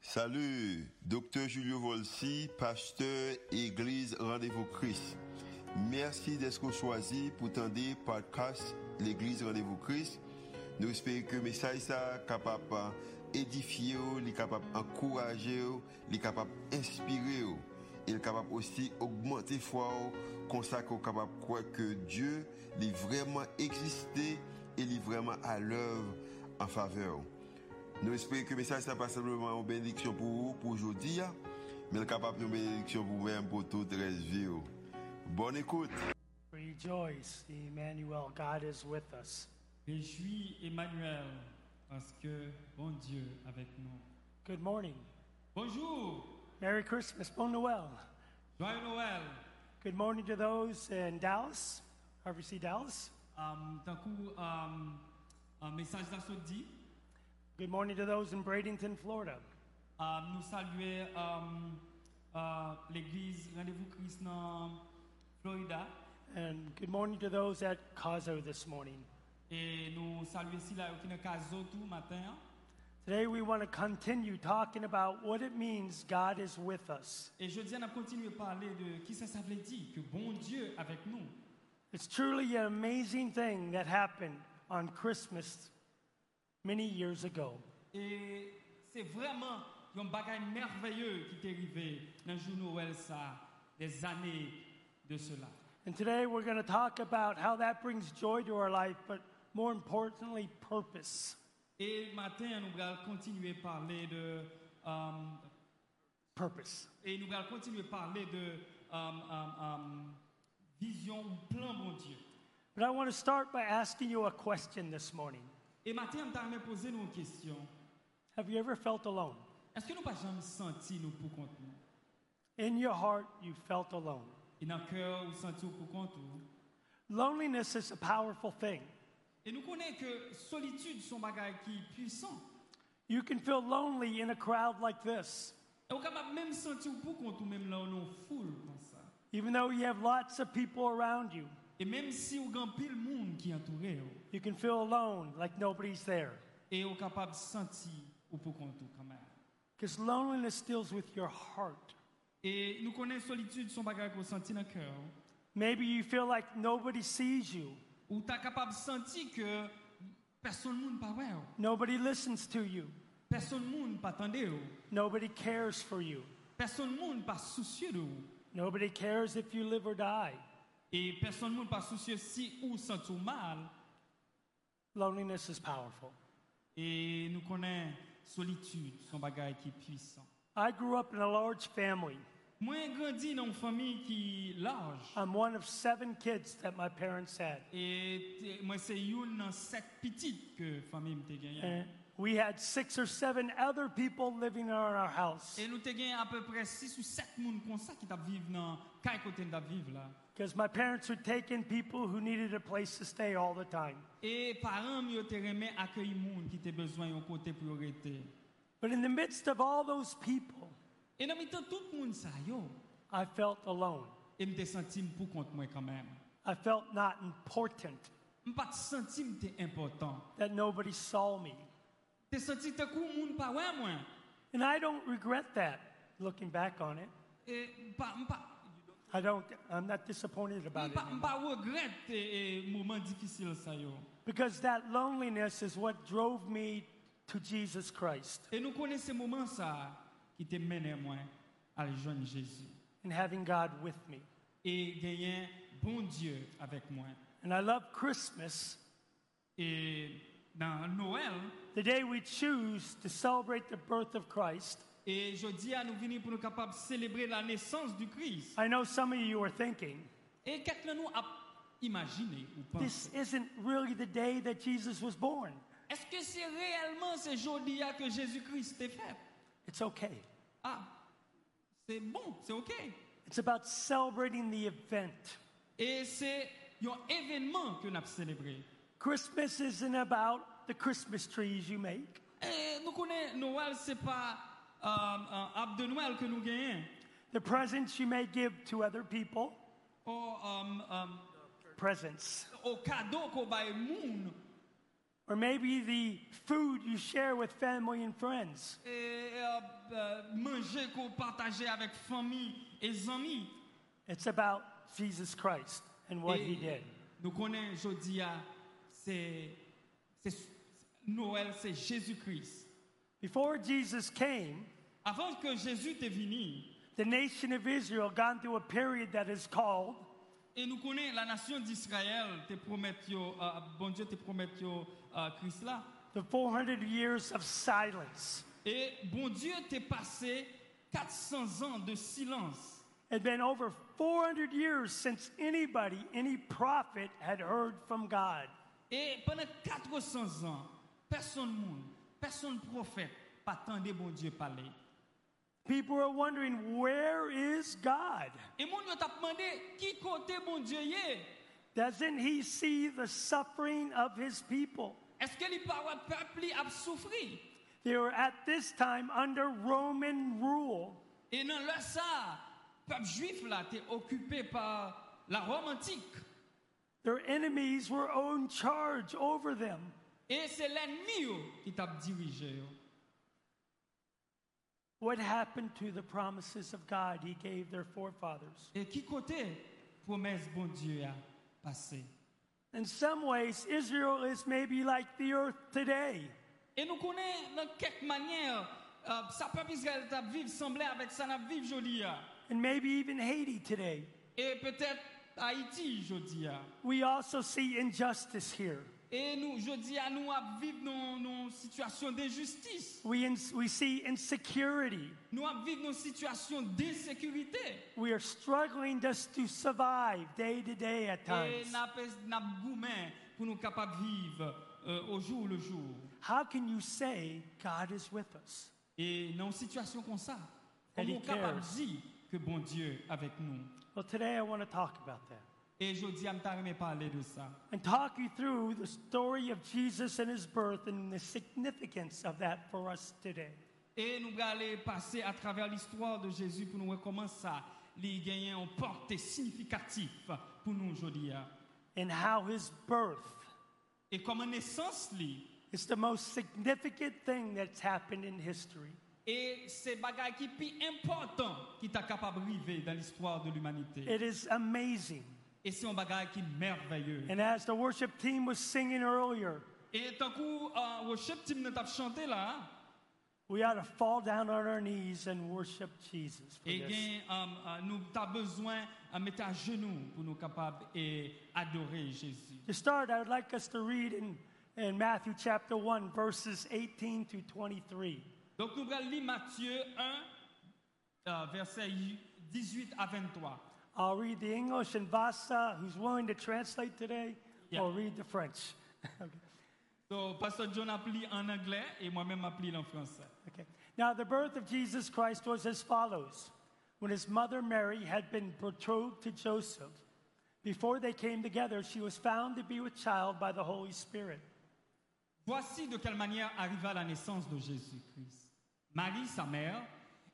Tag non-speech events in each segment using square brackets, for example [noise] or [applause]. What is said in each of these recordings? Salut, docteur Julio Volsi, pasteur Église Rendez-vous Christ. Merci d'être choisi pour tendre podcast l'Église Rendez-vous Christ. Nous espérons que le message est capable d'édifier, capable d'encourager, capable d'inspirer. Il est capable aussi d'augmenter la foi, consacrer capable de croire que Dieu est vraiment existé et est vraiment à l'œuvre en faveur. Nous espérons que le message n'est pas simplement une bénédiction pour vous, pour aujourd'hui, hein. mais capable une bénédiction pour vous-même, pour toute la vie. oh. Bonne écoute. Rejoice, Emmanuel, God is with us. Réjouis Emmanuel, parce que bon Dieu avec nous. Good morning. Bonjour, Merry Christmas, Bon Noel. joyeux Noël. Good morning to those in Dallas, RBC Dallas. Um, d'un coup, um, un message d'assaudi. Good morning to those in Bradenton, Florida. Um, nous saluer um, euh, l'église Rendez-vous Christ dans Florida. And good morning to those at Caso this morning. Et nous saluer aussi là qui est caso tout matin. Today we want to continue talking about what it means God is with us. Et je dis, on a continué à parler de qui ça, ça veut dire que bon Dieu avec nous. It's truly an amazing thing that happened on Christmas many years ago. Et c'est vraiment un bagage merveilleux qui est arrivé dans le jour Noël, ça, des années de cela. And today we're going to talk about how that brings joy to our life, but more importantly, purpose. Et matin, nous allons continuer à parler de. euh, Purpose. et nous allons continuer à parler de euh, euh, euh, vision ou plan, bon Dieu. But I want to start by asking you a question this morning. Et matin, nous allons poser nos questions. Have you ever felt alone? Est-ce que nous n'avons pas jamais senti nous pour compte nous? In your heart, you felt alone. Et dans le cœur, nous senti nous pour compte nous? Loneliness is a powerful thing. Et nous connaissons que solitude, son bagage qui est puissant. You can feel lonely in a crowd like this. Et on capable même sentir pour compte ou même là on est foule comme ça. Even though you have lots of people around you, Et même si on grand pile monde qui entouré ou, you can feel alone like nobody's there. et on capable sentir ou pour compte ou quand même. Because loneliness deals with your heart. Et nous connaissons solitude son bagage qu'on sentit dans le cœur. oh. Maybe you feel like nobody sees you, Ou tu capable sentir que personne monde pas ouais. ou, nobody listens to you, Personne monde pas attendait ou, nobody cares for you, Personne monde pas soucieux de ou, nobody cares if you live or die. Et personne monde pas soucieux si ou sentir mal Loneliness is powerful. et nous connaissons solitude son bagage qui est puissant. I grew up in a large family. Moi, j'ai grandi dans une famille qui est large. I'm one of seven kids that my parents had. Et t- moi, c'est une dans sept petites que la famille m'a gagné. And we had six or seven other people living in our house Et nous avons gagné à peu près six ou sept personnes comme ça qui t'a vivent dans quel côté t'a vivent là. because my parents would take in people who needed a place to stay all the time. Et parents m'ont remis accueillir monde qui t'a besoin d'un côté pour rester. But in the midst of all those people, Et dans le temps, tout le monde ça yo. I felt alone. Et me senti pour compte moi quand même. I felt not important, Je pas senti que t'es important. that nobody saw me. Je senti que le monde pas ouais moi. And I don't regret that looking back on it. Et pas pas I don't, I'm not disappointed about it pas anymore. pas regrette eh, eh, moment difficile ça yo. because that loneliness is what drove me to Jesus Christ Et nous connaissons ce moment ça qui te mène moi à le jeune Jésus. and having God with me. Et gagner bon Dieu avec moi. And I love Christmas, Et dans Noël, the day we choose to celebrate the birth of Christ. et je dis à nous venir pour nous capables de célébrer la naissance du Christ. I know some of you are thinking, Et qu'est-ce que nous a imaginé ou this pensé? isn't really the day that Jesus was born. Est-ce que c'est réellement ce jour-là que Jésus-Christ est fait? It's okay. Ah, c'est bon, c'est ok. It's about celebrating the event. Et c'est un événement que nous avons célébré. Christmas isn't about the Christmas trees you make. Et nous connaissons Noël, c'est pas euh, un arbre de Noël que nous gagnons. The presents you may give to other people, au, euh, oh, euh, presents, au cadeau qu'on baille monde or maybe the food you share with family and friends. Et euh, euh, manger qu'on partageait avec famille et amis. It's about Jesus Christ and what he did. Et nous connaissons aujourd'hui, ah, c'est c'est- Noël, c'est Jésus-Christ. Before Jesus came, Avant que Jésus était venu, the nation of Israel gone through a period that is called et nous connaissons la nation d'Israël, te promet yo, euh, bon Dieu te promet yo, euh, Christ là. the 400 years of silence. Et bon Dieu t'a passé 400 ans de silence. It had been over 400 years since anybody, any prophet, had heard from God. Et pendant 400 ans, personne monde, personne prophète, pas tant de bon Dieu parler. People are wondering, where is God? Et mon Dieu t'a demandé qui côté bon Dieu y est. Doesn't he see the suffering of his people? Est-ce que les paroles peuple li a souffri? They were at this time under Roman rule. Et dans le ça, peuple juif là, t'es occupé par la Rome antique. Their enemies were in charge over them. Et c'est l'ennemi yo qui t'a dirigé. yo. What happened to the promises of God he gave their forefathers? Et qui côté promesse bon Dieu a passé? In some ways, Israel is maybe like the earth today. Et nous connaissons, dans quelque manière, euh, ça peuple Israël t'a vivre semblait avec ça n'a vivre joli. ah. and maybe even Haiti today. Et peut-être Haïti jodi ah. We also see injustice here. Et nous jodi à nous à vivre dans une situation d'injustice. We, in, we see insecurity. Nous à vivre dans une situation d'insécurité. We are struggling just to survive day to day at Et times. nous avons gourmet pour nous capables de vivre euh, au jour le jour. How can you say God is with us? Et dans une situation comme ça, And he nous sommes capables cares. de dire que bon Dieu avec nous. Well, today I want to talk about that Et jodi à me parler de ça. and talk you through the story of Jesus and his birth and the significance of that for us today. Et nous allons passer à travers l'histoire de Jésus pour nous voir comment ça il gagne un portée significatif pour nous aujourd'hui. And how his birth Et comme naissance, li, is the most significant thing that's happened in history. et c'est bagage qui plus important qui t'a capable d'arriver dans l'histoire de l'humanité. It is amazing. Et c'est un bagage qui est merveilleux. And as the worship team was singing earlier, Et tant qu'on euh, worship team nous t'a chanté là, hein, we ought to fall down on our knees and worship Jesus. For et this. bien, euh, euh, nous t'as besoin de mettre à genoux pour nous capables et adorer Jésus. To start, I would like us to read in, in Matthew chapter 1, verses 18 to 23. Donc nous allons lire Matthieu 1, euh, verset 18 à 23. I'll read the English and Vasa, who's willing to translate today, Yeah. will read the French. [laughs] okay. Donc, Pasteur John appelé en anglais et moi-même appelé en français. Okay. Now, the birth of Jesus Christ was as follows. When his mother Mary had been betrothed to Joseph, before they came together, she was found to be with child by the Holy Spirit. Voici de quelle manière arriva la naissance de Jésus-Christ. Marie, sa mère,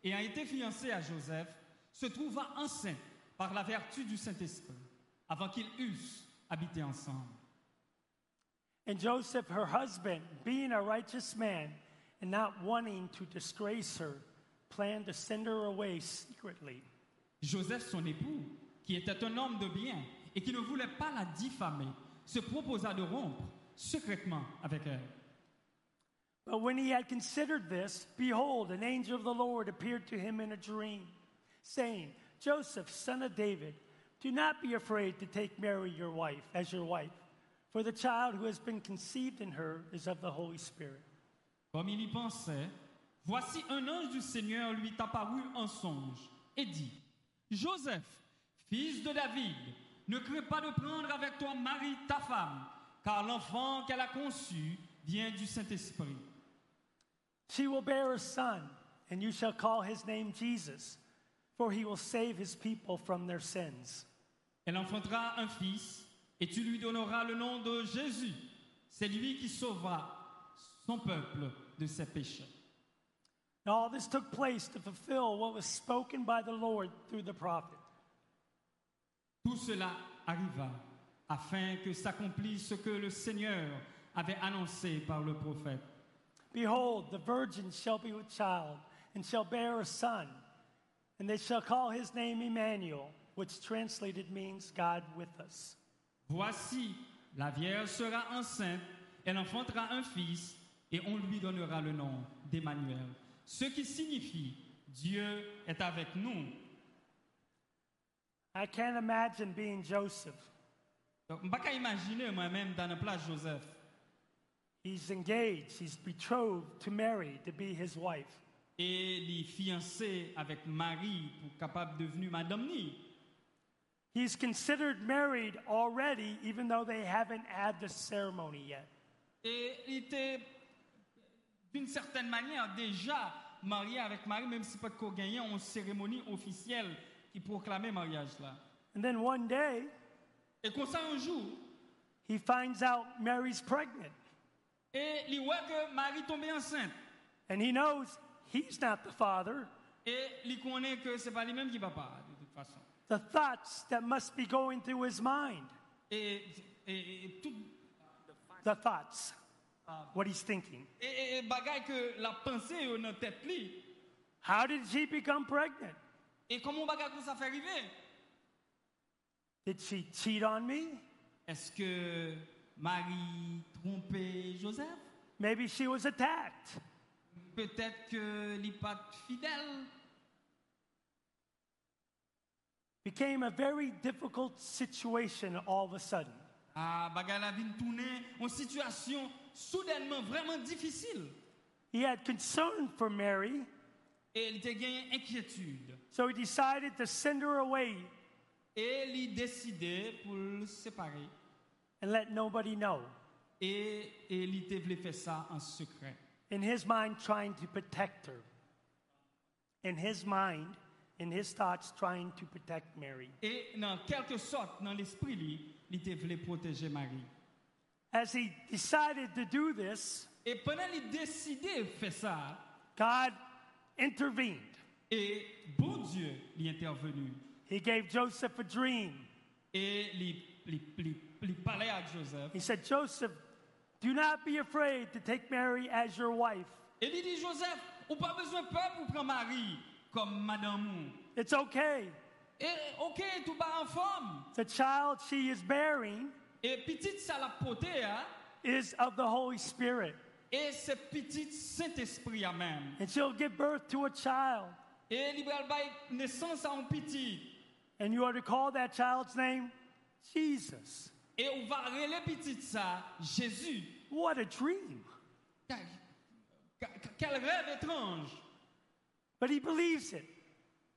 ayant été fiancée à Joseph, se trouva enceinte par la vertu du Saint-Esprit avant qu'ils eussent habité ensemble. And Joseph, her husband, being a righteous man and not wanting to disgrace her, planned to send her away secretly. Joseph, son époux, qui était un homme de bien et qui ne voulait pas la diffamer, se proposa de rompre secrètement avec elle. But when he had considered this, behold, an angel of the Lord appeared to him in a dream, saying, Joseph, son of David, do not be afraid to take Mary, your wife, as your wife, for the child who has been conceived in her is of the Holy Spirit. Comme il y pensait, voici un ange du Seigneur lui apparut en songe et dit, Joseph, fils de David, ne crains pas de prendre avec toi Marie, ta femme, car l'enfant qu'elle a conçu vient du Saint-Esprit. She will bear a son, and you shall call his name Jesus, for he will save his people from their sins. Elle enfantera un fils, et tu lui donneras le nom de Jésus. C'est lui qui sauvera son peuple de ses péchés. And all this took place to fulfill what was spoken by the Lord through the prophet. Tout cela arriva afin que s'accomplisse ce que le Seigneur avait annoncé par le prophète. Behold, the virgin shall be with child and shall bear a son, and they shall call his name Emmanuel, which translated means God with us. Voici, la Vierge sera enceinte, elle enfantera un fils, et on lui donnera le nom d'Emmanuel, ce qui signifie Dieu est avec nous. I can't imagine being Joseph. Donc, je ne peux pas imaginer moi-même dans la place de Joseph. He's engaged, he's betrothed to Mary to be his wife. Et les fiancé avec Marie pour capable devenir Madame Ni. He's considered married already, even though they haven't had the ceremony yet. Et il était, d'une certaine manière, déjà marié avec Marie, même si pas qu'on gagnait une cérémonie officielle qui proclamait mariage là. And then one day, Et comme ça, un jour, he finds out Mary's pregnant, et il voit que Marie tombait enceinte. and he knows he's not the father. Et il connaît que c'est pas lui-même qui va pas, de toute façon. The thoughts that must be going through his mind, Et, et, et tout, the thoughts, what he's thinking. et, et- et bagaille que la pensée est dans tête lui. How did she become pregnant? Et comment bagaille que ça fait arriver? Did she cheat on me? Est-ce que Marie trompait Joseph? Maybe she was attacked. Peut-être que n'est pas fidèle. Became a very difficult situation all of a sudden. Ah, bagaille la vie tournée en situation soudainement vraiment difficile. He had concern for Mary, Et il te gagné inquiétude. so he decided to send her away Et il décidait pour le séparer. and let nobody know. Et, et il te voulait faire ça en secret. In his mind, trying to protect her. In his mind, in his thoughts, trying to protect Mary. Et dans quelque sorte, dans l'esprit, lui, il te voulait protéger Marie. As he decided to do this, Et pendant qu'il décidait de faire ça, God intervened. et bon Dieu lui est intervenu. He gave Joseph a dream. Et il- il il- il parlait à Joseph. He said, Joseph, do not be afraid to take Mary as your wife. Et il dit, Joseph, ou pas besoin de peur pour prendre Marie comme madame. ou. It's okay. Et ok, tout va en forme. The child she is bearing Et petite, ça l'a porté, hein? is of the Holy Spirit, Et c'est petite Saint-Esprit à même. and she'll give birth to a child. Et il va bailler naissance à un petit. And you are to call that child's name Jesus. Et on va relayer petite ça, Jésus. What a dream. Quel quel rêve étrange. But he believes it.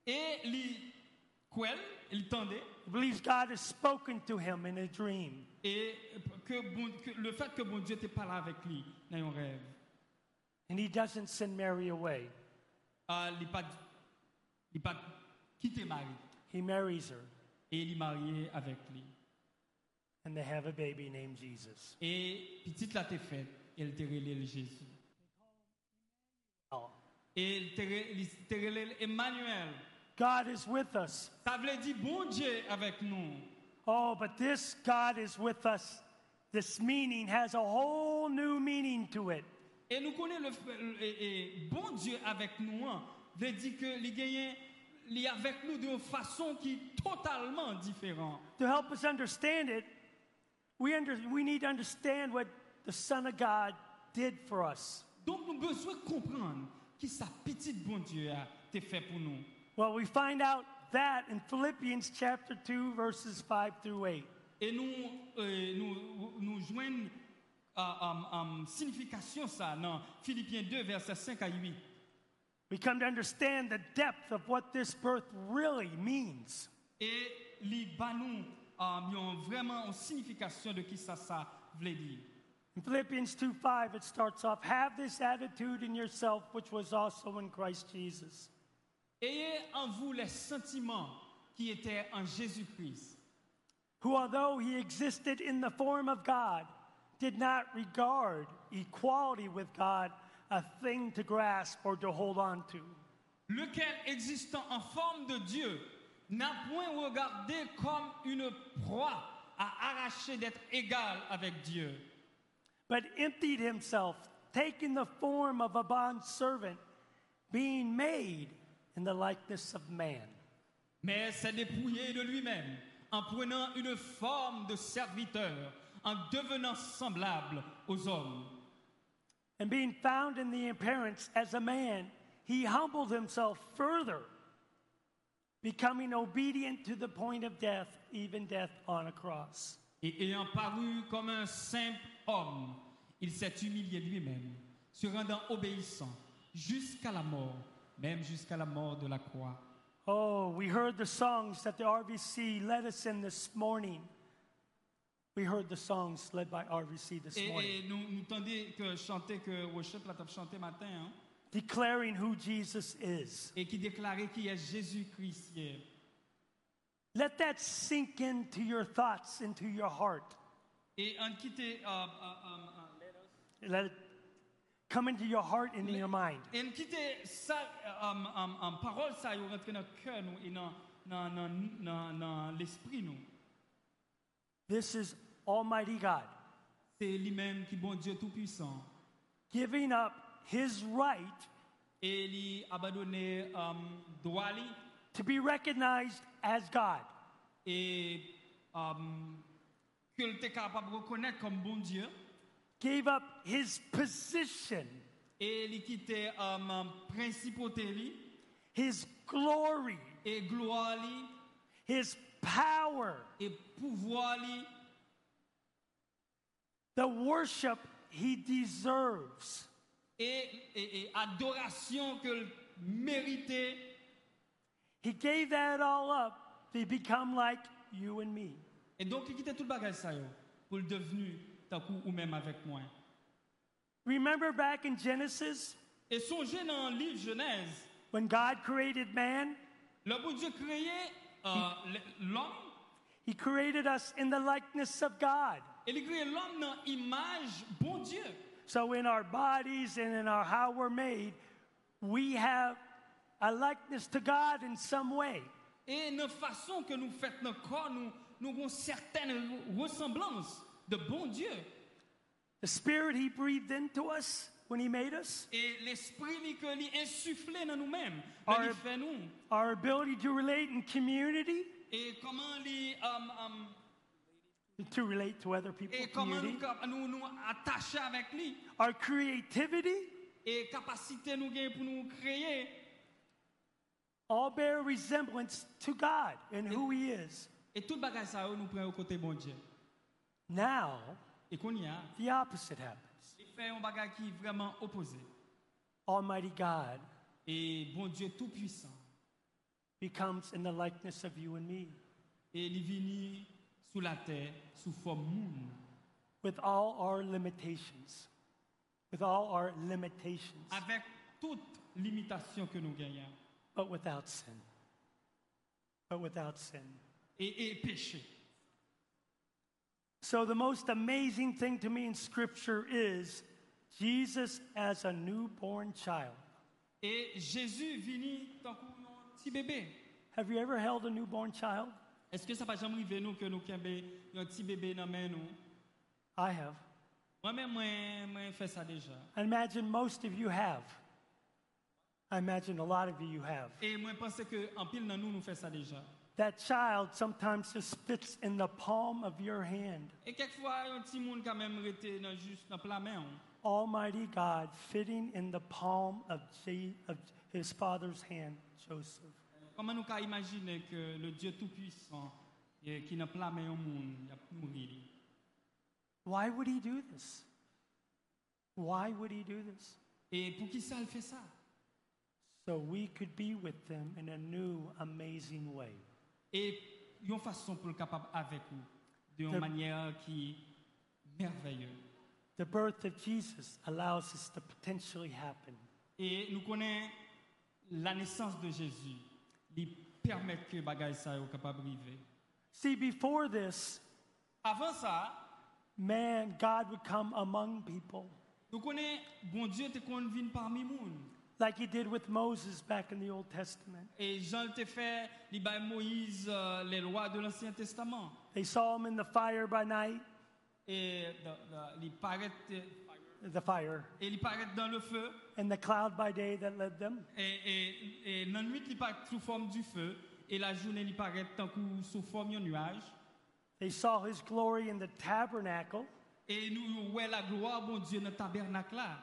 Et il, quoi, il tendait. He believes God has spoken to him in a dream. Et que, bon- que le fait que bon Dieu était parlé avec lui dans un rêve, And he doesn't send Mary away. Ah, il n'a pas, il pas quitté Marie. He marries her, Et il est marié avec lui. and they have a baby named Jesus. Et petite l'a été faite, elle t'a relé le Jésus. Oh. Et elle t'a re- il t'a relé Emmanuel. God is with us. Ça veut dire bon Dieu avec nous. Oh, but this God is with us. This meaning has a whole new meaning to it. Et nous connaissons le, le- et- et bon Dieu avec nous. hein, veut dire que les gagnants, il est avec nous d'une façon qui est totalement différente. To help us understand it, we, under, we need to understand what the Son of God did for us. Donc nous avons besoin de comprendre qui sa petite bon Dieu a été fait pour nous. Well, we find out that in Philippians chapter 2, verses 5 through 8. Et nous, euh, nous, nous joignons euh, euh, euh, signification ça dans Philippiens 2, versets 5 à 8. We come to understand the depth of what this birth really means. Et les banous ont vraiment une signification de qui ça, ça voulait dire. In Philippians 2 5, it starts off Have this attitude in yourself, which was also in Christ Jesus. Ayez en vous les sentiments qui étaient en Jésus-Christ, who, although he existed in the form of God, did not regard equality with God a thing to grasp or to hold on to. lequel existant en forme de Dieu n'a point regardé comme une proie à arracher d'être égal avec Dieu, but emptied himself, taking the form of a bondservant, being made in the likeness of man. mais s'est dépouillé de lui-même en prenant une forme de serviteur, en devenant semblable aux hommes. And being found in the appearance as a man, he humbled himself further, becoming obedient to the point of death, even death on a cross. Et ayant paru comme un simple homme, il s'est humilié lui-même, se rendant obéissant jusqu'à la mort, même jusqu'à la mort de la croix. Oh, we heard the songs that the RVC led us in this morning. We heard the songs led by RVC this Et, morning, et nous, nous tendez que chanter que Rochette l'a chanté matin, hein, declaring who Jesus is. et qui déclarait qui est Jésus-Christ hier. Let that sink into your thoughts, into your heart. Et en quitter, euh, euh, euh, euh, Let it come into your heart and in your mind. Et nous quitter ça, um, um, um, parole ça, il rentre dans notre cœur nous, et dans, dans, dans, dans, dans l'esprit nous. This is Almighty God C'est lui-même qui bon Dieu Tout-Puissant. giving up his right Et il a abandonné um, droit lui, to be recognized as God. et um, que le t'es capable de reconnaître comme bon Dieu. Gave up his position, Et il quittait um, um, principauté lui, his glory, et gloire lui, his power. et pouvoir lui, the worship he deserves et, et, et adoration que le méritait. he gave that all up to become like you and me Et donc, il quittait tout le bagage ça, yo, pour le devenu, tant coup, ou même avec moi. remember back in genesis Et songez dans le livre Genèse, when god created man le bon Dieu créé euh, le- l'homme, he created us in the likeness of god et il créé l'homme dans l'image bon Dieu. so in our bodies and in our how we're made we have a likeness to god in some way Et la façon que nous faisons notre corps, nous, nous avons certaines re- ressemblances de bon Dieu. the spirit he breathed into us when he made us Et l'esprit lui, que lui insufflé dans nous-mêmes, Our- là, il fait nous. our ability to relate in community Et comment lui, euh, euh, to relate to other people et comment community, nous nous, nous attacher avec lui, our creativity et capacité nous gagne pour nous créer. all bear resemblance to God and who He is. Et tout bagage ça, yo, nous prenons au côté bon Dieu. Now, Et qu'on y a, the opposite happens. il fait un bagage qui est vraiment opposé. Almighty God Et bon Dieu tout-puissant, becomes in the likeness of you and me, et il est venu sous la terre, sous forme monde, with all our limitations, with all our limitations, avec toute limitation que nous gagnons, but without sin. But without sin. et, et péché. So, the most amazing thing to me in Scripture is Jesus as a newborn child. Et Jésus venu tant qu'on un petit bébé. Have you ever held a newborn child? Est-ce que ça va jamais arriver nous que nous avons un petit bébé dans la main nous? I have. Moi-même, moi, moi, fait ça déjà. I imagine most of you have. I imagine a lot of you you have. Et moi, je pense qu'en pile dans nous, nous fait ça déjà. That child sometimes just fits in the palm of your hand. Et quelquefois, un petit monde quand même resté dans juste dans la main. hein. Almighty God fitting in the palm of, J- of his father's hand, Joseph. Comment nous pouvons imaginer que le Dieu Tout-Puissant, eh, qui n'a pas la main au monde, il a mourir Why would he do this? Why would he do this? Et pour qui ça, il fait ça So we could be with them in a new, amazing way. Et il y a une façon pour le capable avec nous, d'une Le- manière qui est merveilleuse. The birth of Jesus allows this to potentially happen. Et nous connaissons la naissance de Jésus, il permet que bagaille ça soit capable d'arriver. See, before this, Avant ça, man, God would come among people. nous connaissons bon Dieu te qu'on vient parmi nous. like he did with Moses back in the Old Testament. Et Jean le te fait, il baille Moïse euh, les lois de l'Ancien Testament. They saw him in the fire by night, et dans- dans- il paraît, the fire, et il paraît dans le feu, and the cloud by day that led them, et, et, et dans la nuit, il paraît sous forme du feu, et la journée, il paraît tant que sous forme d'un nuage. they saw his glory in the tabernacle. Et nous voyons la gloire, bon Dieu, dans le tabernacle là.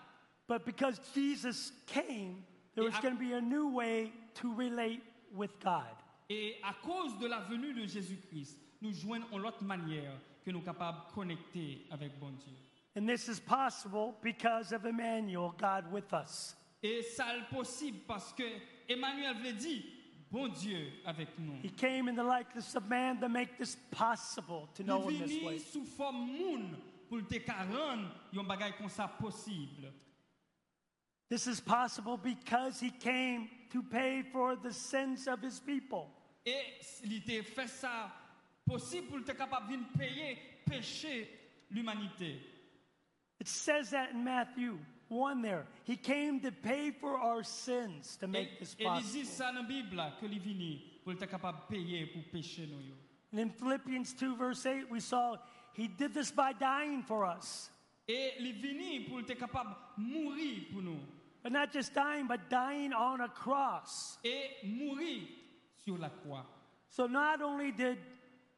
But because Jesus came, there was Yeah, I- going to be a new way to relate with God. Et à cause de la venue de Jésus-Christ, nous joignons en l'autre manière que nous sommes capables de connecter avec bon Dieu. And this is possible because of Emmanuel, God with us. Et ça est possible parce que Emmanuel veut dire, bon Dieu avec nous. He came in the likeness of man to make this possible to know Il in this venu way. sous forme moun pour te rendre yon bagay comme ça possible. This is possible because he came to pay for the sins of his people. Et il te fait ça possible pour te capable venir payer péché l'humanité. It says that in Matthew 1 there. He came to pay for our sins to Et, make et this il dit possible. ça dans la Bible là, que il est venu pour te capable payer pour péché nous. yo. And in Philippians 2, verse 8, we saw he did this by dying for us. Et il est venu pour te capable mourir pour nous But not just dying, but dying on a cross. et mourir sur la croix. So not only did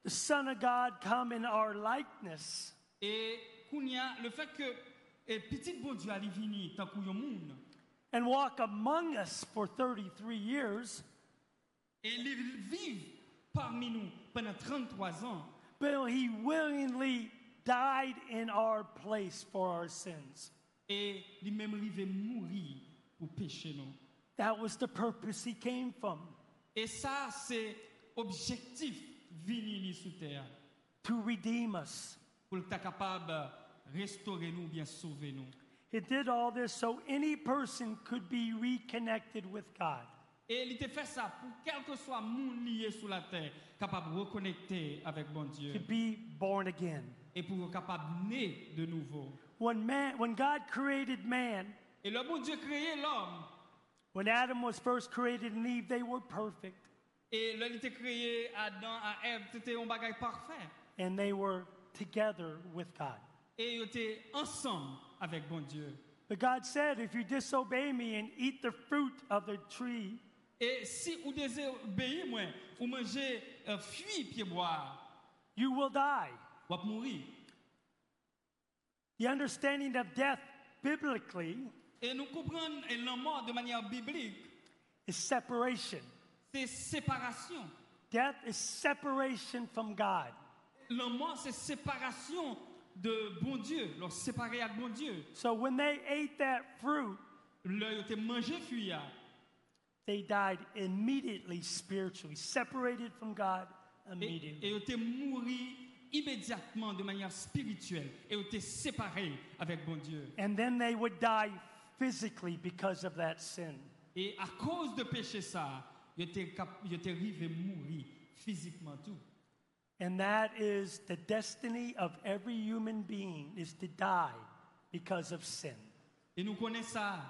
the Son of God come in our likeness, Et Kounia, le fait que et petit bon Dieu est venu tant qu'il y a monde, and walk among us for 33 years, et il vive parmi nous pendant 33 ans, but he willingly died in our place for our sins. et il même arrivé mourir pour pécher nous. That was the purpose he came from Et ça, c'est objectif venir ici sur terre to redeem us. pour être capable de restaurer nous, bien sauver nous. He did all this so any person could be reconnected with God. Et il te fait ça pour quel que soit monde lié sur la terre, capable de reconnecter avec bon to Dieu be born again. et pour être capable de naître de nouveau. When man, when God created man, Et le bon Dieu créé l'homme when Adam was first created and Eve, they were perfect Et là, il était créé Adam, à Ève, c'était un bagage parfait. and they were together with God. Et ils étaient ensemble avec bon Dieu. But God said, if you disobey me and eat the fruit of the tree, Et si vous désobéissez, moi, vous mangez euh, fruit pied boire, you will die. vous allez mourir. The understanding of death biblically Et nous comprenons et la mort de manière biblique, is separation. c'est séparation. Death is separation from God. La mort, c'est séparation de bon Dieu, leur séparer avec bon Dieu. So when they ate that fruit, Là, ils étaient mangés fruit. là. they died immediately spiritually, separated from God Et, immediately. et ils étaient mouris immédiatement de manière spirituelle. Et ils étaient séparés avec bon Dieu. And then they would die physically because of that sin. Et à cause de péché ça, il était cap- il était arrivé à mourir physiquement tout. And that is the destiny of every human being is to die because of sin. Et nous connaissons ça,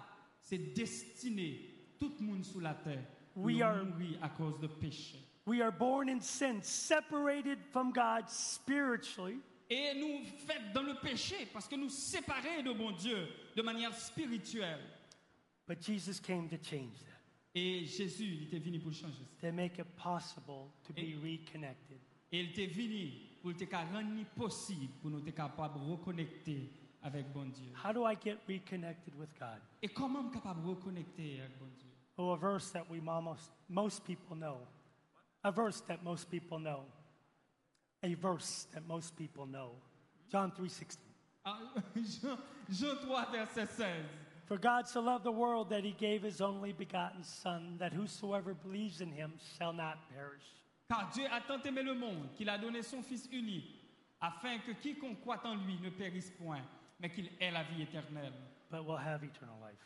c'est destiné tout le monde sur la terre. We nous are- mourir à cause de péché. We are born in sin, separated from God spiritually, Et nous faits dans le péché parce que nous séparés de bon Dieu de manière spirituelle. but Jesus came to change that, Et Jésus, il était venu pour changer ça. to make it possible to be reconnected. Et il était venu pour te rendre possible pour nous être capables de reconnecter avec bon Dieu. How do I get reconnected with God? Et comment nous capable de reconnecter avec bon Dieu Oh, a verse that we almost, most people know. A verse that most people know. A verse that most people know. John 3:16. Ah, [laughs] Jean, Jean 3, verset 16. For God so loved the world that he gave his only begotten son that whosoever believes in him shall not perish. Car Dieu a tant aimé le monde qu'il a donné son Fils unique, afin que quiconque croit en lui ne périsse point, mais qu'il ait la vie éternelle. but will have eternal life.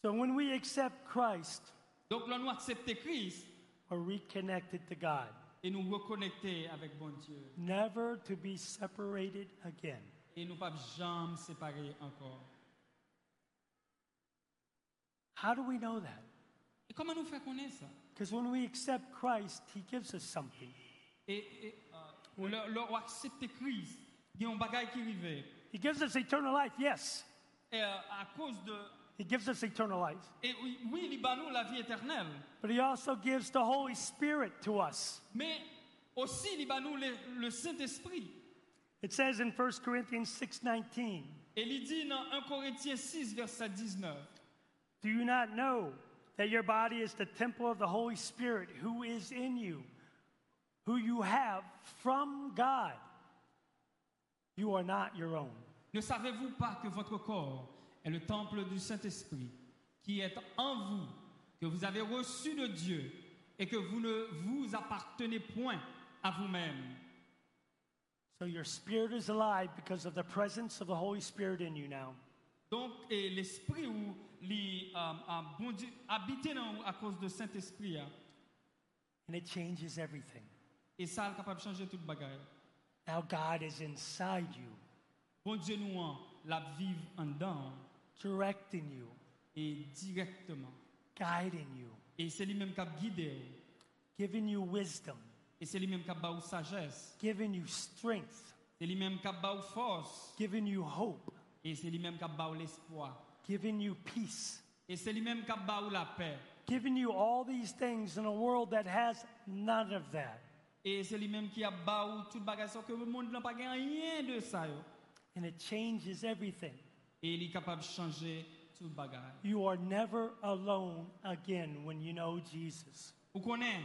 So when we accept Christ, Donc, là, nous acceptons Christ we're reconnected to God, et nous reconnecter avec bon Dieu. never to be separated again. Et nous ne pouvons jamais séparer encore. How do we know that? Et comment nous faire connaître ça Because when we accept Christ, he gives us something. Et, et, euh, le- le- accepter Christ, il y a un bagage qui arrive. He gives us eternal life, yes. Et euh, à cause de. He gives us eternal life. Et oui, oui, il bat nous la vie éternelle, But He also gives the Holy Spirit to us. mais aussi il bat nous le, le Saint-Esprit. It says in 1 Corinthians 6:19, Et il dit dans 1 Corinthiens 6, verset 19 "Do you not know that your body is the temple of the Holy Spirit who is in you, who you have from God? You are not your own." Ne savez-vous pas que votre corps est le temple du Saint-Esprit qui est en vous, que vous avez reçu de Dieu et que vous ne vous appartenez point à vous-même So your spirit is alive because of the presence of the Holy Spirit in you now. Donc, et l'esprit où li, euh, euh, bon Dieu, habité dans vous à cause de Saint-Esprit, hein, And it changes everything. et ça, est capable de changer toute bagaille. Now God is inside you, Bon Dieu nous en, la vivre en dedans directing you, et directement. guiding you, Et c'est lui-même qui a guidé, vous. giving you wisdom, et c'est lui-même qui a ba ou sagesse, giving you strength, c'est lui-même qui a ba ou force, giving you hope, et c'est lui-même qui a ba ou l'espoir, giving you peace, et c'est lui-même qui a ba ou la paix, giving you all these things in a world that has none of that. et c'est lui-même qui a ba ou toute bagaille, sans que le monde n'a pas gagné rien de ça. yo. And it changes everything. Et il est capable de changer toute bagaille. You are never alone again when you know Jesus Vous connaissez,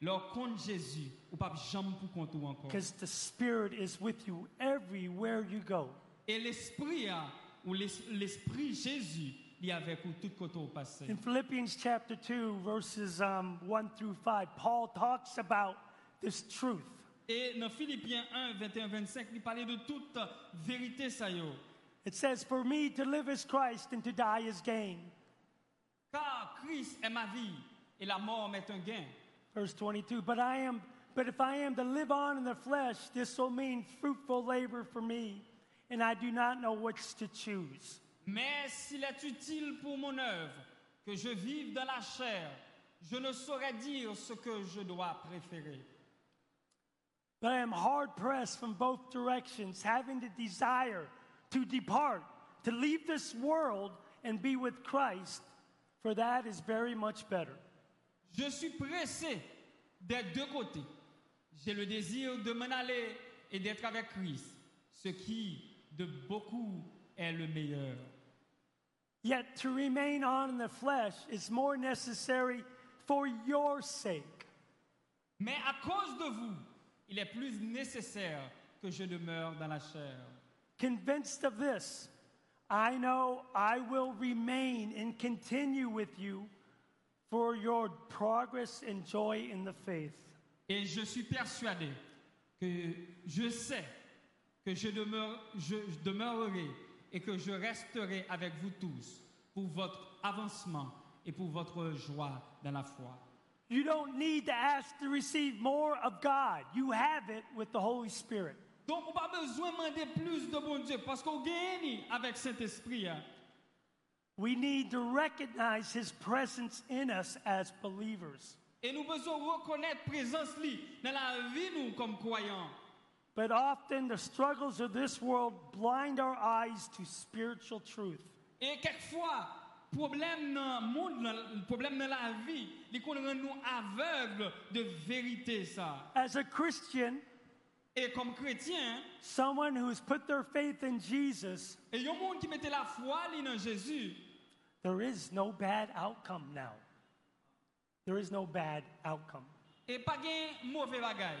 leur compte Jésus, ou pas jamais pour compte ou encore. because the Spirit is with you everywhere you go. Et l'esprit, hein, ou l'es- l'esprit Jésus, il est avec vous tout côté au passé. In Philippians chapter 2, verses um, 1 through 5, Paul talks about this truth. Et dans Philippiens 1, 21, 25, il parlait de toute vérité, ça y est. It says, For me to live is Christ and to die is gain. Car Christ est ma vie, et la mort m'est un gain. Verse 22, But I am, but if I am to live on in the flesh, this will mean fruitful labor for me, and I do not know which to choose. Mais s'il est utile pour mon œuvre que je vive dans la chair, je ne saurais dire ce que je dois préférer. But I am hard pressed from both directions, having the desire to depart, to leave this world and be with Christ, for that is very much better. Je suis pressé des deux côtés. J'ai le désir de m'en aller et d'être avec Christ, ce qui, de beaucoup, est le meilleur. Yet to remain on in the flesh is more necessary for your sake. Mais à cause de vous, il est plus nécessaire que je demeure dans la chair. Convinced of this, I know I will remain and continue with you for your progress and joy in the faith. Et je suis persuadé que je sais que je, demeure, je je demeurerai et que je resterai avec vous tous pour votre avancement et pour votre joie dans la foi. You don't need to ask to receive more of God, you have it with the Holy Spirit. Donc, on n'a pas besoin de demander plus de bon Dieu parce qu'on gagne avec cet esprit. hein. We need to recognize His presence in us as believers, Et nous besoin reconnaître présence lui dans la vie, nous, comme croyants. but often the struggles of this world blind our eyes to spiritual truth. Et quelquefois, problème dans le monde, dans le problème dans la vie, il qu'on rend nous aveugles de vérité, ça. As a Christian, Et comme chrétien, someone who has put their faith in Jesus, et il y a un monde qui mettait la foi lui, dans Jésus, there is no bad outcome now. There is no bad outcome. et pas de mauvais bagaille.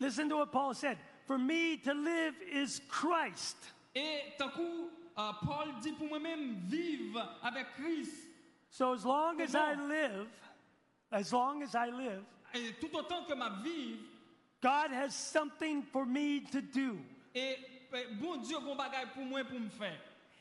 Listen to what Paul said For me to live is Christ, Et tant coup, euh, Paul dit pour moi-même, vivre avec Christ. so as long as I live, as long as I live, Et tout autant que ma vie, God has something for me to do. et et bon Dieu, bon bagaille pour moi, pour me faire.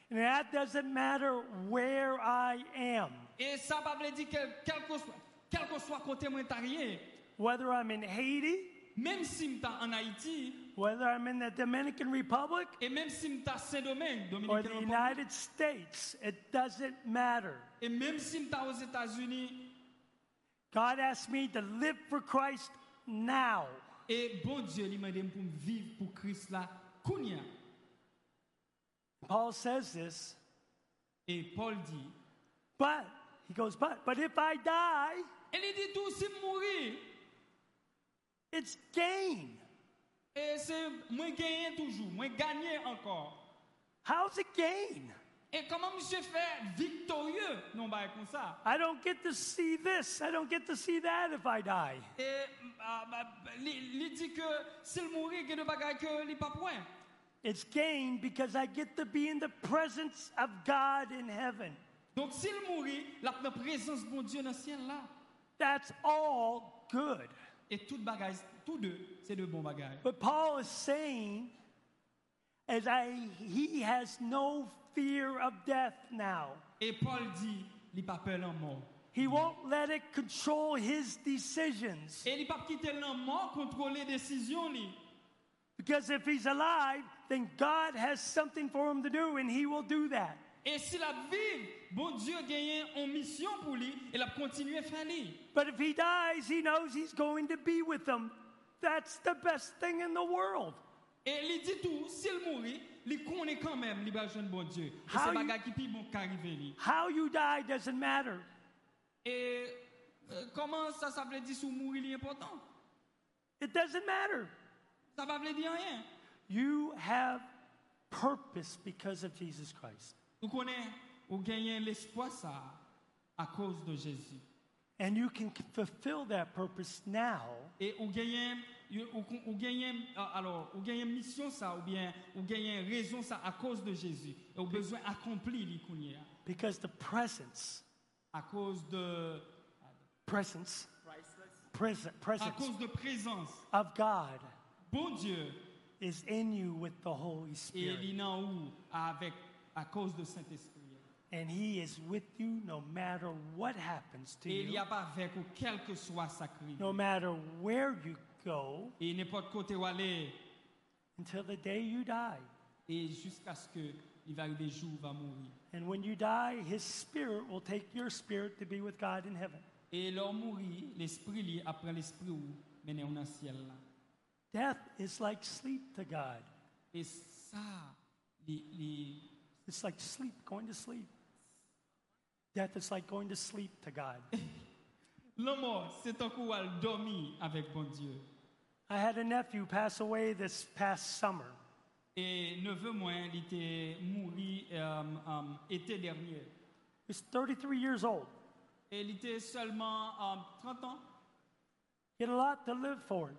And that doesn't matter where I am, Et ça, pas veut dire que quel que soit, quel que soit côté moi, t'as rien. whether I'm in Haiti, Même si je suis en Haïti, whether I'm in the Dominican Republic, Et même si m'ta Saint-Domingue, or the Dominicain, United States, it doesn't matter. et même si m'ta aux États-Unis, God asked me to live for Christ now. et bon Dieu, il m'a dit pour me vivre pour Christ là Kounia. Paul says this, Et Paul dit, but he goes, but but if I die, et il dit tout, si mourir, it's gain. et c'est moi gagner toujours, moi gagner encore. How's it gain? Et comment monsieur fait victorieux, non, bah, comme ça. I don't get to see this. I don't get to see that if I die. Et ah, bah, il il dit que s'il mourir, il y a des bagages que il pas point. It's gain because I get to be in the presence of God in heaven. Donc s'il mourit, la la présence de mon Dieu dans le ciel là. That's all good. Et tout bagage, tous deux, c'est de bons bagages. But Paul is saying, as I, he has no fear of death now. Et Paul dit, il pas peur en mort. He won't let it control his decisions. Et il pas quitter la mort contrôler décision li. Because if he's alive, then God has something for him to do, and he will do that. Et s'il a vivre, bon Dieu gagne une mission pour lui et l'a continuer à faire lui. But if he dies, he knows he's going to be with them. That's the best thing in the world. Et il dit tout, s'il mourit, il connaît quand même, il va jeune bon Dieu. Et How c'est you- bagage qui plus bon qu'arriver lui. How you die doesn't matter. Et euh, comment ça ça veut dire sous mourir est important It doesn't matter. Ça va veut dire rien. You have purpose because of Jesus Christ. Nous connaissons, ou gagner l'espoir ça à cause de Jésus. And you can fulfill that purpose now Et ou gagner ou, ou gagner ah, alors ou gagner mission ça ou bien ou gagner raison ça à cause de Jésus. Et au besoin accompli li kounye a. because the presence, à cause de presence, present, à presence cause de présence. of God Bon Dieu is in you with the Holy et Spirit. l'ina ou avec à cause de Saint-Esprit. And He is with you no matter what happens to Et il n'y you, a pas avec ou quel que soit sa crise. no matter where you go, Et n'importe côté où aller until the day you die. et jusqu'à ce que il va arriver jour où il va mourir. And when you die, His Spirit will take your spirit to be with God in heaven. Et l'homme mourit, l'esprit lié après l'esprit où mais on dans ciel là. Death is like sleep to God, Et ça, li- li- it's like sleep, going to sleep. Death is like going to sleep to God. [laughs] la mort, c'est un coup à dormir avec bon Dieu. I had a nephew pass away this past summer. Et neveu moins, il était mort été dernier. He was 33 years old. Et il était seulement euh, 30 ans. He had a lot to live for.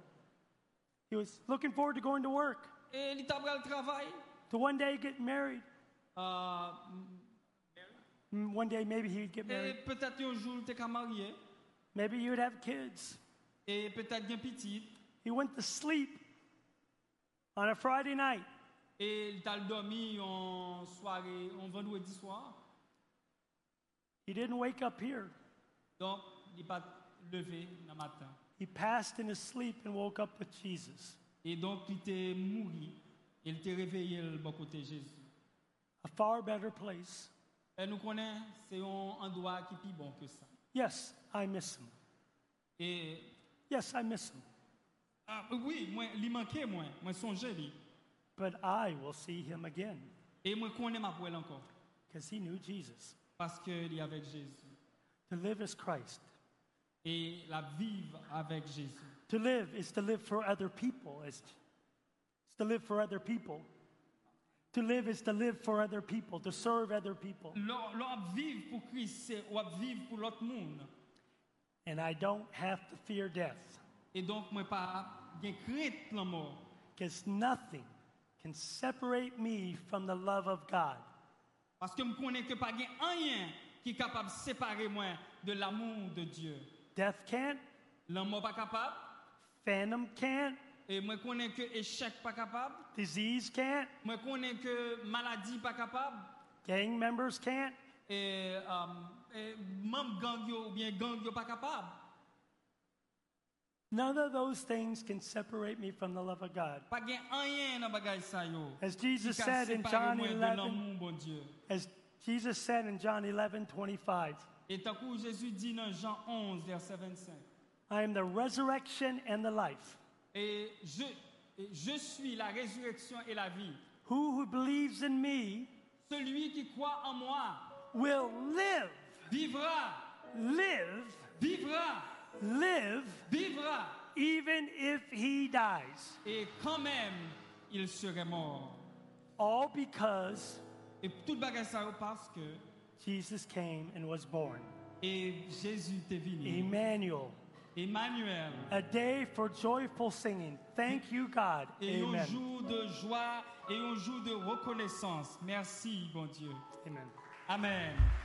He was looking forward to going to work, Et il était après le travail. to one day get married. Euh, Mm, One day maybe he'd get et [laughs] married. peut-être un jour, il était qu'à marié. Maybe he would have kids. Et peut-être bien petit. He went to sleep on a Friday night. Et il t'a dormi en soirée, en vendredi soir. He didn't wake up here. Donc, il n'est pas levé le matin. He passed in his sleep and woke up with Jesus. Et donc, il était mort. Il était réveillé le bon côté de Jésus. A far better place. Et nous connaissons, c'est un endroit qui est plus bon que ça. Yes, I miss him. Et Yes, I miss him. ah, oui, moi, il manquait, moi. Moi, songeais, lui. But I will see him again Et moi, connais ma poêle encore. because he knew Jesus. Parce qu'il est avec Jésus. To live is Christ. Et la vivre avec Jésus. To live is to live for other people. It's, it's to live for other people. To live is to live for other people, to serve other people. L'homme vivre pour Christ, c'est l'homme vivre pour l'autre monde. And I don't have to fear death Et donc, moi, pas bien crainte de la mort. because nothing can separate me from the love of God. Parce que je connais que pas gain rien qui est capable de séparer moi de l'amour de Dieu. Death can't, L'amour pas capable, phantom can't, et moi connais que échec pas capable, disease can't, moi connais que maladie pas capable, gang members can't. et, euh, et même gang yo, ou bien gang yo pas capable. None of those things can separate me from the love of God. Pas gain rien dans bagage ça yo. As Jesus qui a said in séparé John moi de 11, l'amour bon Dieu. as Jesus said in John 11, 25, Et tant que Jésus dit dans Jean 11 verset 25. I am the resurrection and the life. Et je, Et je suis la résurrection et la vie. Who who believes in me Celui qui croit en moi will live, vivra, live, vivra, live, vivra. even if he dies. Et quand même, il serait mort. All because Et tout le bagage ça parce que Jesus came and was born. et Jésus t'est venu. Emmanuel, Emmanuel. a day for joyful singing. Thank you, God. Et un Amen. jour de joie et un jour de reconnaissance. Merci, bon Dieu. Amen. Amen.